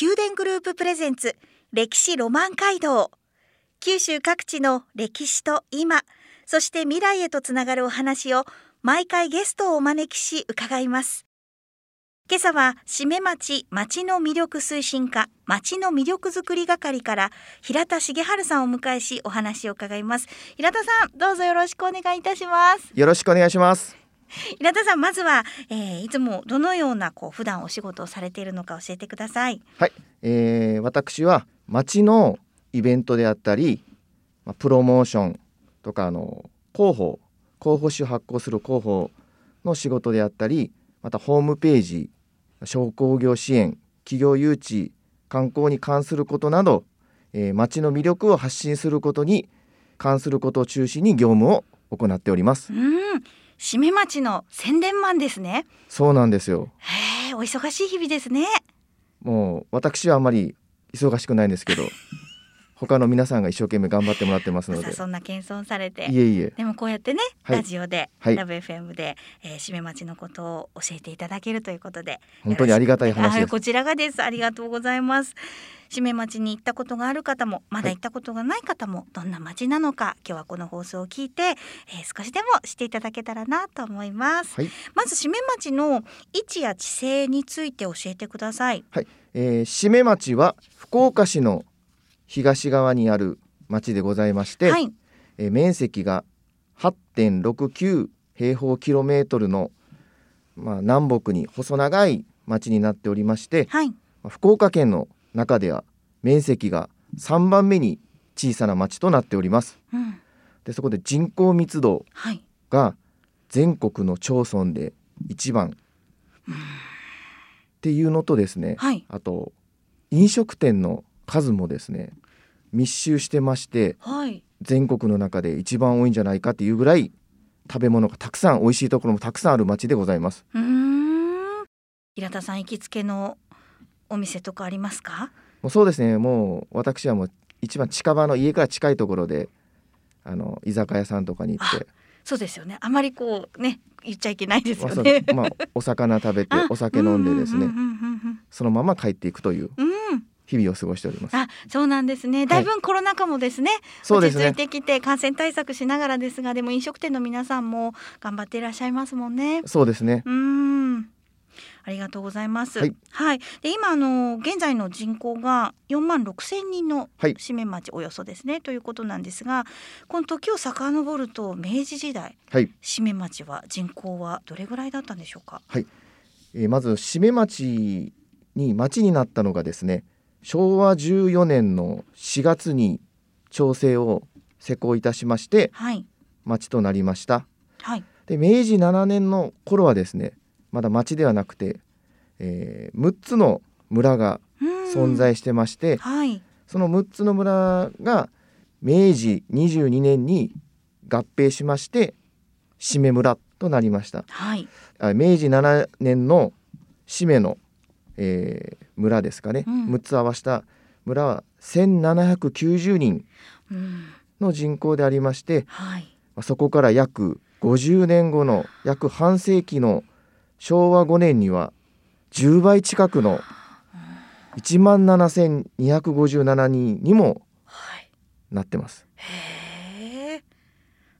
宮殿グループプレゼンツ歴史ロマン街道九州各地の歴史と今そして未来へとつながるお話を毎回ゲストをお招きし伺います今朝は締め町町の魅力推進課町の魅力づくり係から平田茂春さんをお迎えしお話を伺います平田さんどうぞよろしくお願いいたしますよろしくお願いします。平田さんまずは、えーいつもどのようなこう普段お仕事をされているのか教えてください。はい、えー私は町のイベントであったり、まあ、プロモーションとかあの広報広報誌を発行する広報の仕事であったりまたホームページ商工業支援企業誘致観光に関することなど、えー町の魅力を発信することに関することを中心に業務を行っておりますう。ん、締め町の宣伝マンですね。そうなんですよへえ、お忙しい日々ですね。もう私はあんまり忙しくないんですけど 他の皆さんが一生懸命頑張ってもらってますの朝でそんな謙遜されて。いえいえでもこうやってね、はいラジオで、はいラブ FM で、えー、締め町のことを教えていただけるということで本当にありがたい話はでい、すこちらがですありがとうございます締め町に行ったことがある方もまだ行ったことがない方も、どんな町なのか今日はこの放送を聞いて、えー少しでもしていただけたらなと思います、はいまず締め町の位置や地勢について教えてくださいえー、締め町は福岡市の東側にある町でございまして、はいえー面積が8.69平方キロメートルの、まあ、南北に細長い町になっておりましてはいまあ福岡県の中では面積が3番目に小さな町となっております。うんでそこで人口密度はいが全国の町村で一番っていうのとですね、はいあと飲食店の数もですね密集してましてはい全国の中で一番多いんじゃないかっていうぐらい食べ物がたくさん美味しいところもたくさんある町でございますうーん平田さん行きつけのお店とかありますかもうそうですねもう私はもう一番近場の家から近いところであの居酒屋さんとかに行ってそうですよねあまりこうね言っちゃいけないですよまあそうね、まあ、お魚食べ てあお酒飲んでですうんねうんうんそのまま帰っていくといううんうんうん日々を過ごしておりますあそうなんですねだいぶんコロナ禍もですね、そうで落すちね着いてきて感染対策しながらですがでも飲食店の皆さんも頑張っていらっしゃいますもんねそうですね。うんありがとうございますははいい、で今あの現在の人口が4万6千人のはい締め町およそですね、ということなんですがこの時を遡ると明治時代はい。締め町は人口はどれぐらいだったんでしょうかえーまず締め町に町になったのがですね、昭和14年の4月に調整を施行いたしましてはい町となりました。はいで明治7年の頃はですね、まだ町ではなくて、え6つの村が存存在してまして、はいその6つの村が明治22年に合併しまして締め村となりました。はいあ明治7年の締めの、えー村ですかね、うん6つ合わせた村は1790人うんの人口でありましてはいまあそこから約50年後の約半世紀の昭和5年には10倍近くの1万7257人にもはいなってます。へえ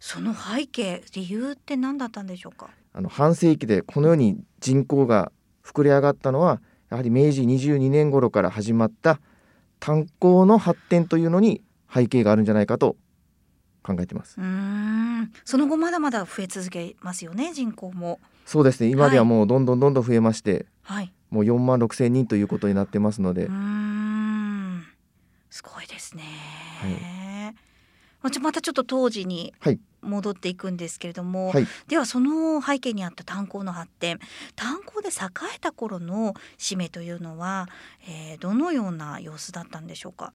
その背景理由って何だったんでしょうかあの半世紀でこのように人口が膨れ上がったのはやはり明治22年頃から始まった炭鉱の発展というのに背景があるんじゃないかと考えてますう。ーんその後まだまだ増え続けますよね人口もそうですね今ではもうどんどんどんどん増えまして、はいもう4万6千人ということになってますのうで、ーんすごいですね、まはあちょまたちょっと当時にはい戻っていくんですけれども、はいではその背景にあった炭鉱の発展炭鉱で栄えた頃の使命というのは、えーどのような様子だったんでしょうか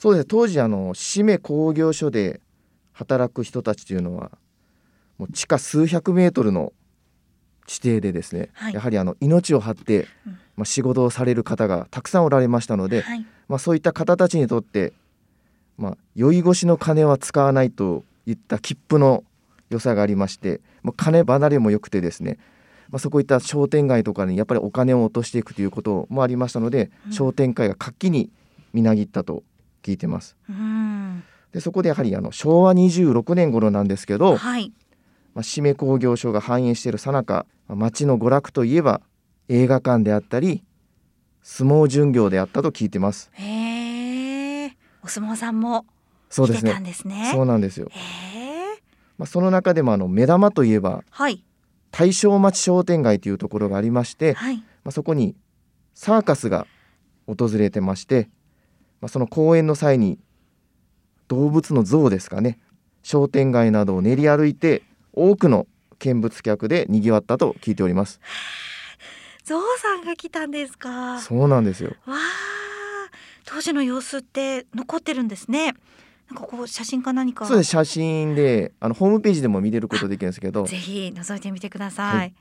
そうですね当時あの締め工業所で働く人たちというのはもう地下数百メートルの地底でですね、はいやはりあの命を張って、うんまあ、仕事をされる方がたくさんおられましたので、はい、まあ、そういった方たちにとって、まあ、酔い越しの金は使わないといった切符の良さがありまして、まあ、金離れも良くてですね、まあ、そこいった商店街とかにやっぱりお金を落としていくということもありましたので、うん商店街が活気にみなぎったと聞いてます。うんでそこでやはりあの昭和26年頃なんですけど、はいまあ、締め工業所が繁栄している最中まあ町の娯楽といえば映画館であったり相撲巡業であったと聞いてます。へえお相撲さんもそう来でてすたねんですねそうなんですよへえまあ、その中でもあの目玉といえばはい大正町商店街というところがありまして、まはいあ、そこにサーカスが訪れてまして、まあ、その公演の際に動物の像ですかね商店街などを練り歩いて多くの見物客で賑わったと聞いておりますゾウさんが来たんですかそうなんですよわあ当時の様子って残ってるんですねなんかこう写真か何かそうです写真であのホームページでも見れることできるんですけどぜひ覗いてみてください、はへ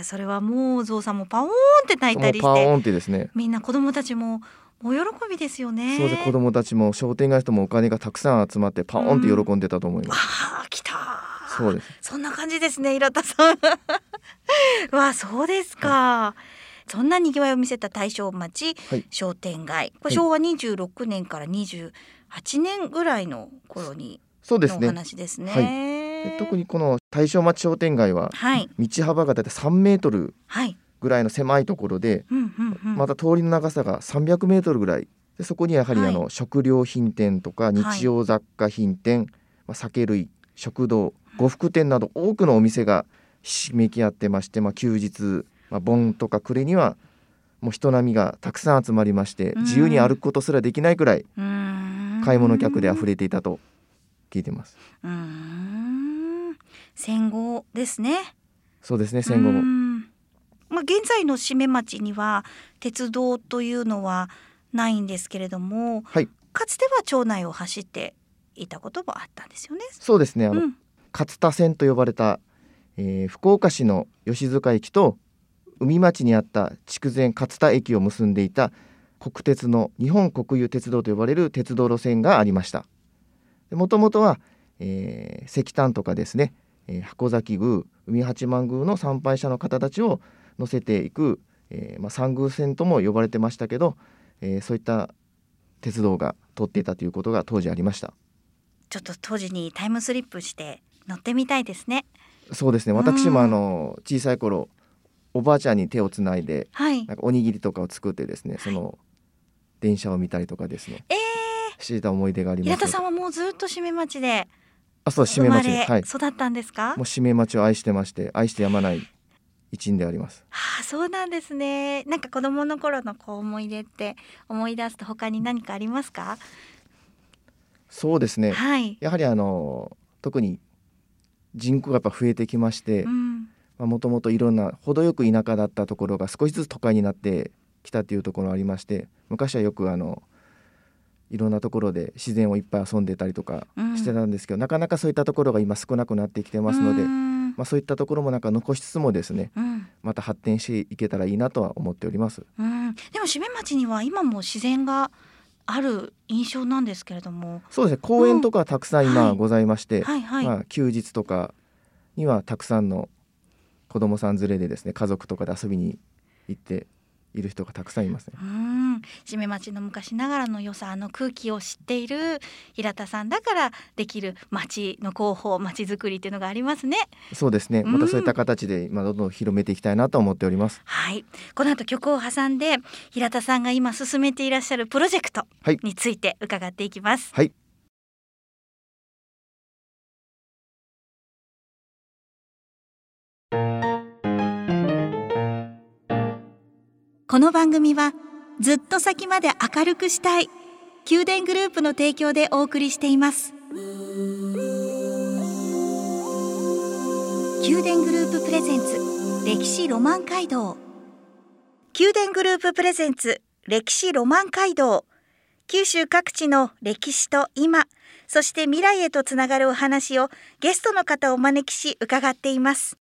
えそれはもうゾウさんもパオーンって泣いもたうりパしてーンってですねみんな子供たちもお喜びですよねそうです子供たちも商店街の人もお金がたくさん集まってパーンって喜んでたと思います、ああ来たーそうですそんな感じですね、平田さん。 わあ、そうですか。そんなにぎわいを見せた大正町はい商店街、こはれい昭和26年から28年ぐらいの頃にそうでのすおね話ですね。はいで特にこの大正町商店街ははい道幅がだいたい3メートルはい、ぐらいの狭いところで、うんうんうん、また通りの長さが300メートルぐらいでそこにやはりはいあの、食料品店とかい日用雑貨品店、まあ、酒類食堂呉服店など多くのお店がひしめき合ってまして、まあ、休日、まあ、盆とか暮れにはもう人波がたくさん集まりましてうん自由に歩くことすらできないくらいうーん買い物客で溢れ。れていたと聞いてます。うーん、戦後ですね。そうですね戦後うもんまあ、現在の締め町には鉄道というのはないんですけれども、はいかつては町内を走っていたこともあったんですよね。そうですねあの、うん、勝田線と呼ばれた、えー福岡市の吉塚駅と海町にあった筑前勝田駅を結んでいた国鉄の日本国有鉄道と呼ばれる鉄道路線がありましたもともとは、えー石炭とかですね、えー箱崎宮海八幡宮の参拝者の方たちを乗せていく、えーまあ、三宮線とも呼ばれてましたけど、えーそういった鉄道が通っていたということが当時ありましたちょっと当時にタイムスリップして乗ってみたいですね。そうですねうん私もあの小さい頃おばあちゃんに手をつないではいな。んかおにぎりとかを作ってですねその電車を見たりとかですねえー、していた思い出があります平田さんはもうずっと締め町であそう生締めま待ちれはい育ったんですかもう。締め待ちを愛してまして愛してやまない一員でありますはあ、そうなんですね。なんか子供の頃のこう思い出って思い出すと他に何かありますか。そうですねはい。やはりあの特に人口がやっぱ増えてきましてうん。もともといろんな程よく田舎だったところが少しずつ都会になってきたっていうところがありまして昔はよくあのいろんなところで自然をいっぱい遊んでたりとかうんしてたんですけど、なかなかそういったところが今少なくなってきてますので、うーまんあ、そういったところもなんか残しつつもですねうん。また発展していけたらいいなとは思っております。うん、でも締め町には今も自然がある印象なんですけれども、そうですね公園とかはたくさん今はいございまして、はいはい、まあ、休日とかにはたくさんの子供さん連れでですね家族とかで遊びに行っている人がたくさんいますね。うん、締め町の昔ながらの良さ、あの空気を知っている平田さんだからできる町の広報、町づくりっていうのがありますね。そうですね。うんまたそういった形で、まあ、どんどん広めていきたいなと思っております。はい、この後曲を挟んで平田さんが今進めていらっしゃるプロジェクトはいについて伺っていきます。はいこの番組はずっと先まで明るくしたい宮殿グループの提供でお送りしています宮殿グループプレゼンツ歴史ロマン街道宮殿グループプレゼンツ歴史ロマン街道九州各地の歴史と今そして未来へとつながるお話をゲストの方をお招きし伺っています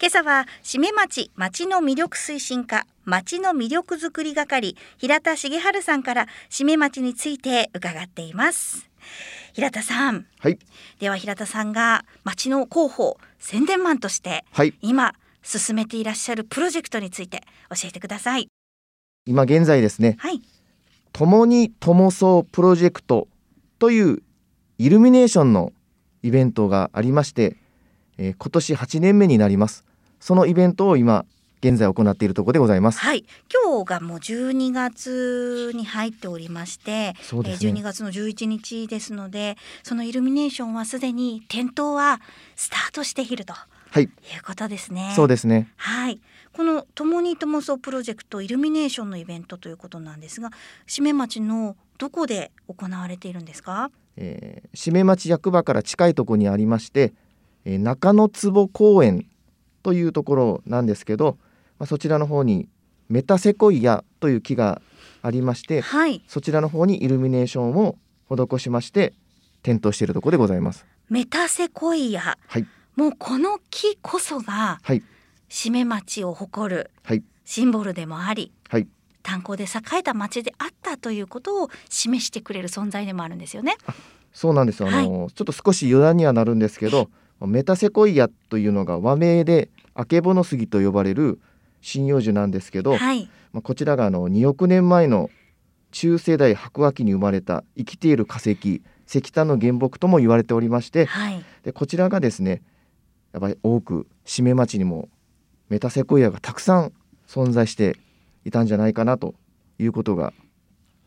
今朝は締め町町の魅力推進課町の魅力づくり係平田茂春さんから締め町について伺っています平田さんはいでは平田さんが町の広報宣伝マンとしてはい今進めていらっしゃるプロジェクトについて教えてください今現在ですねはい「共に共そうプロジェクト」というイルミネーションのイベントがありまして、えー今年8年目になりますそのイベントを今現在行っているところでございます、はい今日がもう12月に入っておりましてそうですえねー12月の11日ですのでそのイルミネーションはすでに点灯はスタートしているとはいいうことですね。そうですねはい、この「ともにともそう」プロジェクトイルミネーションのイベントということなんですが締め町のどこで行われているんですかえー、締め町役場から近いところにありまして、えー中野坪公園というところなんですけど、まあ、そちらの方にメタセコイアという木がありましてはいそちらの方にイルミネーションを施しまして点灯しているところでございます。メタセコイアはい、もうこの木こそがはい、締め町を誇るはい、シンボルでもありはい、炭鉱で栄えた町であったということを示してくれる存在でもあるんですよね。そうなんです。あの、ちょっと少し余談にはなるんですけど、メタセコイアというのが和名でアケボノスギと呼ばれる針葉樹なんですけど、はい、まあ、こちらがあの2億年前の中世代白亜紀に生まれた生きている化石石炭の原木とも言われておりましてはい、でこちらがですねやっぱり多く締め町にもメタセコイアがたくさん存在していたんじゃないかなということが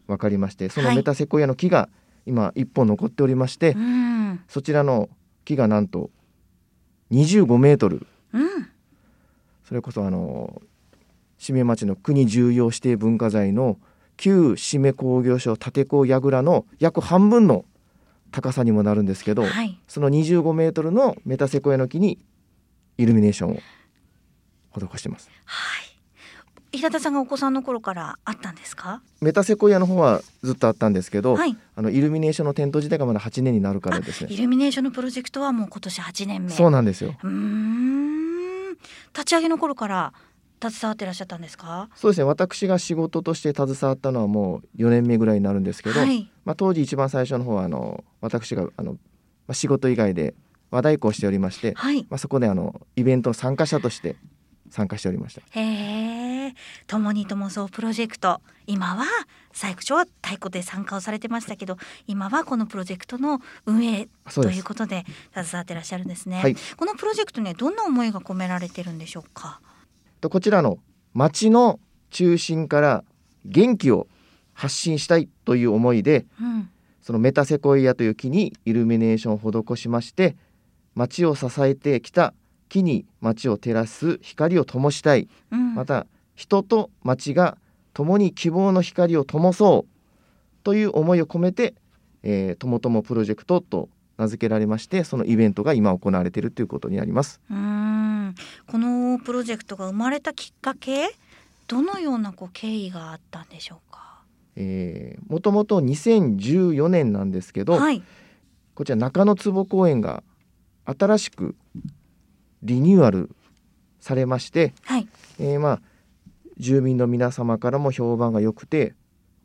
分かりましてそのはいメタセコイアの木が今1本残っておりまして、うん、そちらの木がなんと25メートルうん、それこそあの締め町の国重要指定文化財の旧締め工業所立高櫓の約半分の高さにもなるんですけど、はい、その25メートルのメタセコイアの木にイルミネーションを施してます。はい。平田さんがお子さんの頃からあったんですか。メタセコイアの方はずっとあったんですけど、はい。あのイルミネーションの点灯自体がまだ8年になるからですイね。ルミネーションのプロジェクトはもう今年8年目。そううなんですよ。ーん。立ち上げの頃から携わってらっしゃったんですか。そうですね。私が仕事として携わったのはもう4年目ぐらいになるんですけど、はい。まあ、当時一番最初の方はあの私があの、まあ、仕事以外で和太鼓をしておりまして、はい。まあ、そこであのイベントの参加者として参加しておりましたへえ。ともにともそうプロジェクト。今は最初は太鼓で参加をされてましたけど、今はこのプロジェクトの運営そうとでいすうことで携わってらっしゃるんですね。はいこのプロジェクトにはどんな思いが込められてるんでしょうか。とこちらの町の中心から元気を発信したいという思いでうん。そのメタセコイアという木にイルミネーションを施しまして町を支えてきた木に町を照らす光を灯したいうん。また人と町が共に希望の光を灯そうという思いを込めて、えー、ともともプロジェクトと名付けられましてそのイベントが今行われているということになりますうーんこのプロジェクトが生まれたきっかけどのようなこう経緯があったんでしょうか。えーもともと2014年なんですけど、はい、こちら中野坪公園が新しくリニューアルされまして、はい、えーまあ住民の皆様からも評判が良くて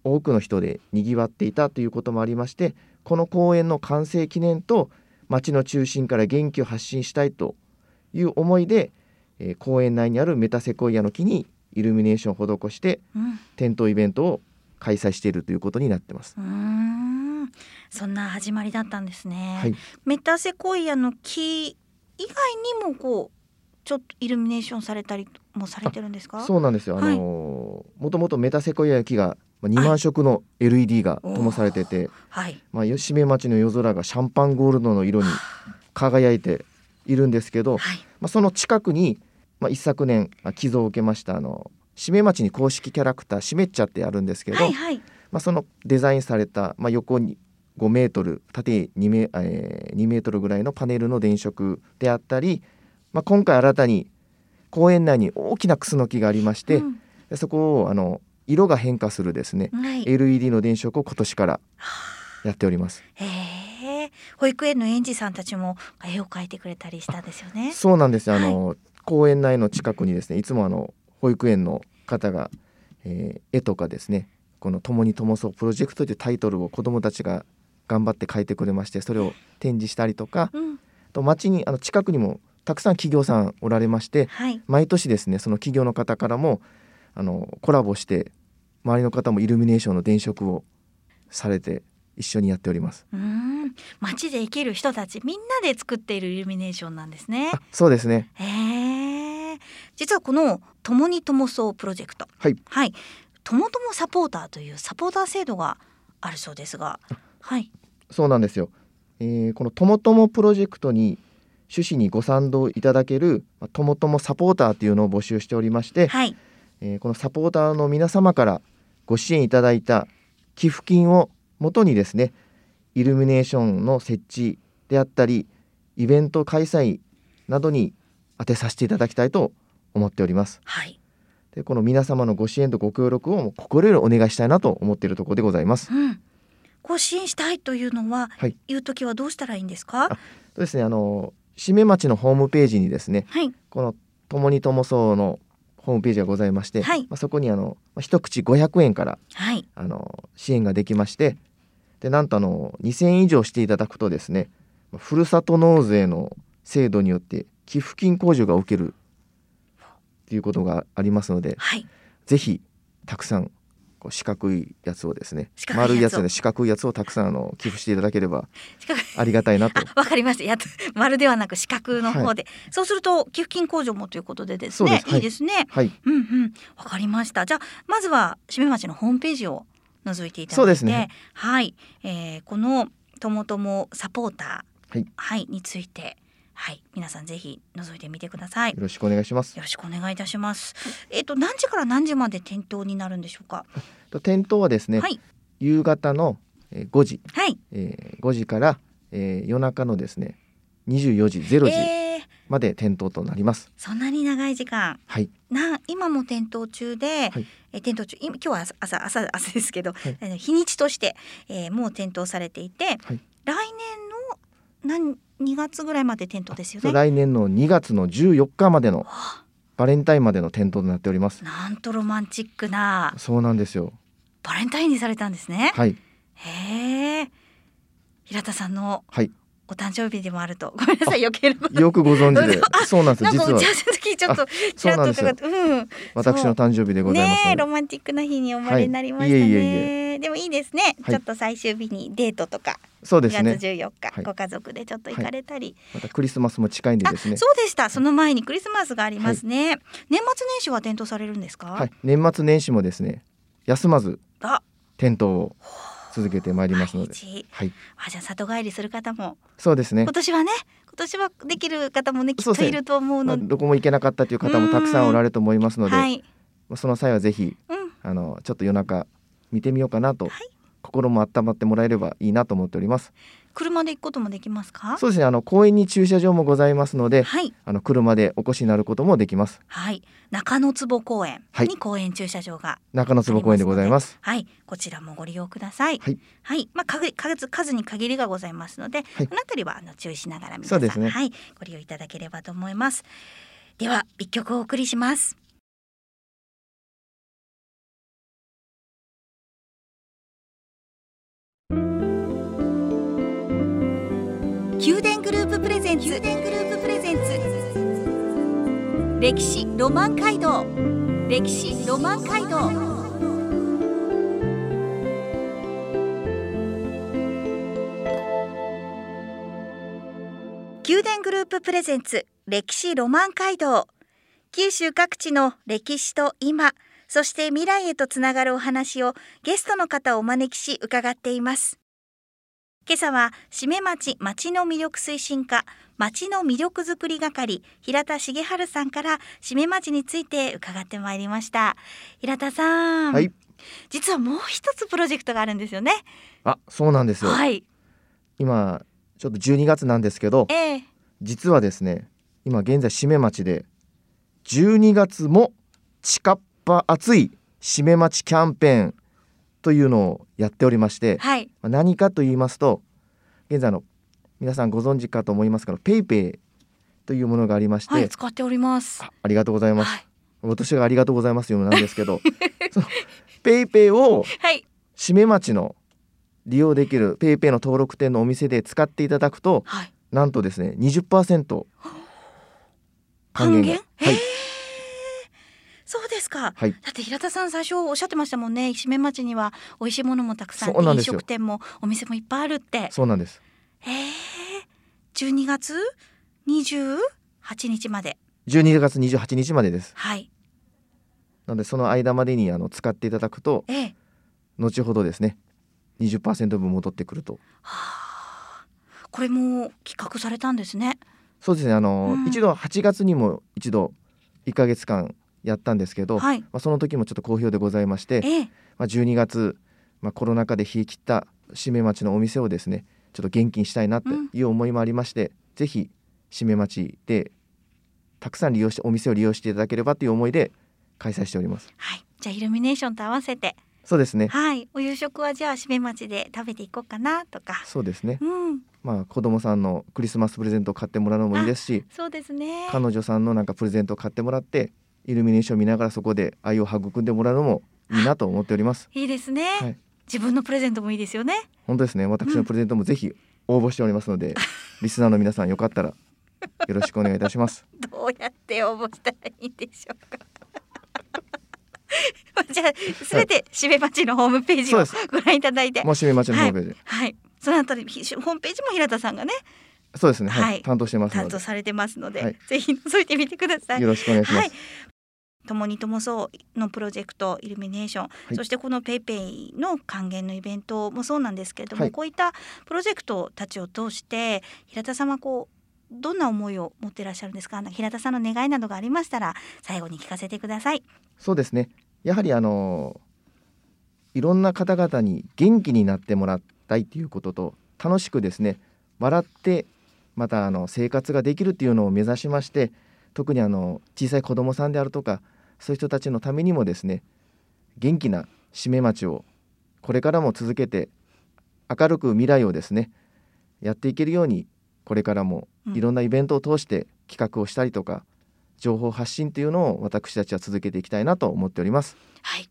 多くの人でにぎわっていたということもありましてこの公園の完成記念と町の中心から元気を発信したいという思いで、えー公園内にあるメタセコイアの木にイルミネーションを施してうん、点灯イベントを開催しているということになってます。うーんそんな始まりだったんですね。はい、メタセコイアの木以外にもこうちょっとイルミネーションされたりもされてるんですか。そうなんですよ、はいあのーもともとメタセコイアの木がまあ2万色の LED が灯されてて、はい、まあ、吉部町の夜空がシャンパンゴールドの色に輝いているんですけど、はい、まあ、その近くに、まあ、一昨年あ寄贈を受けましたあの締め町に公式キャラクター「しめっちゃ」ってあるんですけど、はい、はい、まあ、そのデザインされた、まあ、横に5メートル縦2メ,、えー2メートルぐらいのパネルの電飾であったり、まあ、今回新たに公園内に大きなクスノキがありまして、うんでそこをあの色が変化するですね、はい LED の電飾を今年からやっております。へえ保育園の園児さんたちも絵を描いてくれたりしたんですよね。そうなんですよ。あの、公園内の近くにですね、いつもあの保育園の方が、えー絵とかですね、この共にともそうプロジェクトというタイトルを子どもたちが頑張って書いてくれまして、それを展示したりとか、うん、あと町にあの近くにもたくさん企業さんおられまして、はい。毎年ですね、その企業の方からもあのコラボして周りの方もイルミネーションの電飾をされて一緒にやっております。うーん、街で生きる人たちみんなで作っているイルミネーションなんですねあ。、そうですね。へえ。実はこの共にともそうプロジェクト、はい、はい、ともともサポーターというサポーター制度があるそうですが、はい、そうなんですよ。えーこのともともプロジェクトに趣旨にご賛同いただけるまあともともサポーターというのを募集しておりまして、はい、えーこのサポーターの皆様からご支援いただいた寄付金をもとにですね、イルミネーションの設置であったり、イベント開催などに当てさせていただきたいと思っております。はい、で、この皆様のご支援とご協力をもう心よりお願いしたいなと思っているところでございます。うん。こう支援したいというのは、はい言うときはどうしたらいいんですかあ。そうですね。あの志免町のホームページにですね、はい、この「ともにともそう」のホームページがございまして、はいまあ、そこにあのまあ一口500円からはい、あの支援ができましてでなんとあの2,000円以上していただくとですねまあふるさと納税の制度によって寄付金控除が受けるということがありますのではい。ぜひたくさんこう四角いやつをですね四角丸いいややつをつで四角いやつをたくさんあの寄付していただければ近くありがたいな とあ、わかりました。やっと丸ではなく四角の方で、そうすると寄付金控除もということでですそうね。ですはいいいですね。はい、うんうん、わかりました。じゃあまずは志免町のホームページを覗いていただいて、そうですねはい、えーこのともともサポーター、はいについて、はい、皆さんぜひ覗いてみてください。よろしくお願いします。よろしくお願いいたします。えっ、と何時から何時まで店頭になるんでしょうか。と店頭はですね、はい夕方のえー5時、はい。えー5時から、えー夜中のですね24時0時えー、まで点灯となります。そんなに長い時間。はい、な今も点灯中で、はいえ点灯中今今日は朝朝朝朝ですけど、はいあの日にちとして、えーもう点灯されていて、はい来年の何2月ぐらいまで点灯ですよそうね。来年の2月の14日までのはバレンタインまでの点灯となっておりますあ。なんとロマンチックなそうなんですよ。バレンタインにされたんですね。はい、へえ平田さんのはい、お誕生日でもあるとごめんなさい余計なこと、よくご存知で あそうなんですなよ。んか実打ちは合わせの時ちょっとちそうらっなんとです伺よってうん私の誕生日でございまねすえのロで、マンチックな日に生まれになりましたね、はいいえいでもいいですね、はいちょっと最終日にデートとかそう2ですね月。14日、はいご家族でちょっと行かれたり、またクリスマスも近いんであ、ですね。そうでしたその前にクリスマスがありますね、年末年始は点灯されるんですか、はい、年末年始もですね、休まずあ点灯を続けてまいり毎ますので、日はい、あじゃあ里帰りする方もそうですね今。年はね今年はできる方もねきそっうとですねいると思うまあ、ので、どこも行けなかったという方もたくさんおられると思いますので、はい、まあその際はぜひうん、あのちょっと夜中見てみようかなと、はい心も温まってもらえればいいなと思っております。車で行くこともできますかそうですね。あの公園に駐車場もございますので、はいあの車でお越しになることもできます。はい中野坪公園はいに公園駐車場が中野坪公園でございます。はい、こちらもご利用ください。ははいい、まあ、かぐ数、数に限りがございますので、はいこのあたりは、あの、注意しながら皆さそん、うですねはい、ご利用いただければと思います。では、一曲お送りします。宮殿グループプレゼンツ。宮殿グループプレゼンツ。歴史ロマン街道。歴史ロマン街道。宮殿グループプレゼンツ歴史ロマン街道九州各地の歴史と今そして未来へとつながるお話をゲストの方をお招きし伺っています今朝は志免町町の魅力推進課町の魅力づくり係平田茂治さんから志免町について伺ってまいりました平田さん、はい実はもう一つプロジェクトがあるんですよね。あそうなんですよ、はい。今ちょっと12月なんですけどええ実はですね今現在締め町で12月もちかっぱ熱い締め町キャンペーンというのをやっておりまして、はい。まあ何かと言いますと現在あの皆さんご存知かと思いますけどペイペイというものがありまして、はい、使っております。あありがとうございます、はい。私がありがとうございますようなんですけ どそのペイペイをはい。締め町の利用できるペイペイの登録店のお店で使っていただくとはい。なんとですね20%還元がはい、そうですか。はいだって平田さん最初おっしゃってましたもんね。石目町には美味しいものもたくさんそうなん飲ですよ食店もお店もいっぱいあるって。そうなんですへえ。12月28日まで。 12月28日までですはい。なのでその間までにあの使っていただくとええ。後ほどですね20%分戻ってくるとはあ。これも企画されたんですね。そうですねあうの、ん一度8月にも一度1ヶ月間やったんですけど、はい。まあ、その時もちょっと好評でございまして、ええ。まあ、12月、まあ、コロナ禍で冷え切った締め町のお店をですねちょっと現金したいなっていう思いもありまして、ぜひ締め町でたくさん利用してお店を利用していただければという思いで開催しておりますはい。じゃあイルミネーションと合わせて。そうですねはい。お夕食はじゃあ締め町で食べていこうかなとか。そうですねうん。まあ子供さんのクリスマスプレゼントを買ってもらうのもいいですしそうですね。 彼女さんのなんかプレゼントを買ってもらってイルミネーション見ながらそこで愛を育んでもらうのもいいなと思っておりますいいですね、はい自分のプレゼントもいいですよね。本当ですね私のプレゼントもぜひ応募しておりますので、 リスナーの皆さんよかったらよろしくお願いいたしますどうやって応募したらいいんでしょうか。 じゃあすべてしめ町のホームページをそうでご覧いただいて、もう締め町のホームページで、はい。そのあたりひホームページも平田さんがねそうですね、はいはい担当してますの担で当されてますので、はいぜひ覗いてみてください。よろしくお願いします、はい。共にともそうのプロジェクトイルミネーション、いそしてこのペイペイの還元のイベントもそうなんですけれども、はいこういったプロジェクトたちを通して平田様こうどんな思いを持っていらっしゃるんですかあの平田さんの願いなどがありましたら最後に聞かせてくださいそうですねやはりあのいろんな方々に元気になってもらいたいということと楽しくですね笑ってまたあの生活ができるっていうのを目指しまして特にあの小さい子どもさんであるとかそういう人たちのためにもですね元気な締め町をこれからも続けて明るく未来をですねやっていけるようにこれからもうんいろんなイベントを通して企画をしたりとか、情報発信というのを私たちは続けていきたいなと思っております。はい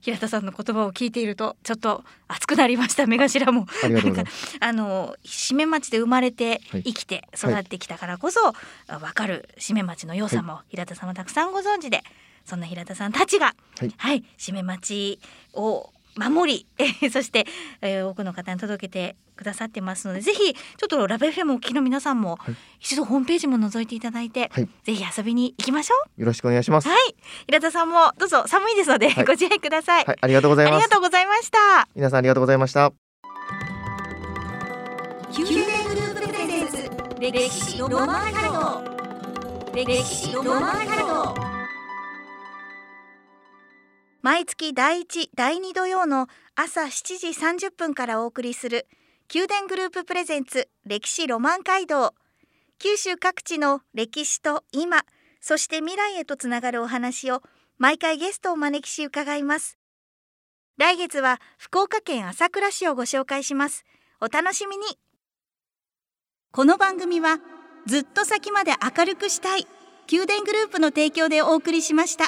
平田さんの言葉を聞いているとちょっと熱くなりました目頭もありがとうござ います。あの締め町で生まれてはい生きて育ってきたからこそ、あ分かる締め町の良さも平田さんはたくさんご存知で、そんな平田さんたちが、はい締め町を守り、 えーそして、えー多くの方に届けてくださってますのでぜひちょっとラベフェムをお聞きの皆さんも、はい一度ホームページも覗いていただいて、はいぜひ遊びに行きましょよろしくお願いします。う。ははい、平田さんもどうぞ寒いですので、はいご自愛ください。い、ありがとうございありまがす。とうございました。皆さんありがとうございました。宮殿グループプレゼンツ歴史ロマンハロー歴史ロマンハロー毎月第一、第二土曜の朝7時30分からお送りする宮殿グループプレゼンツ歴史ロマン街道九州各地の歴史と今そして未来へとつながるお話を毎回ゲストをお招きし伺います来月は福岡県朝倉市をご紹介しますお楽しみにこの番組はずっと先まで明るくしたい宮殿グループの提供でお送りしました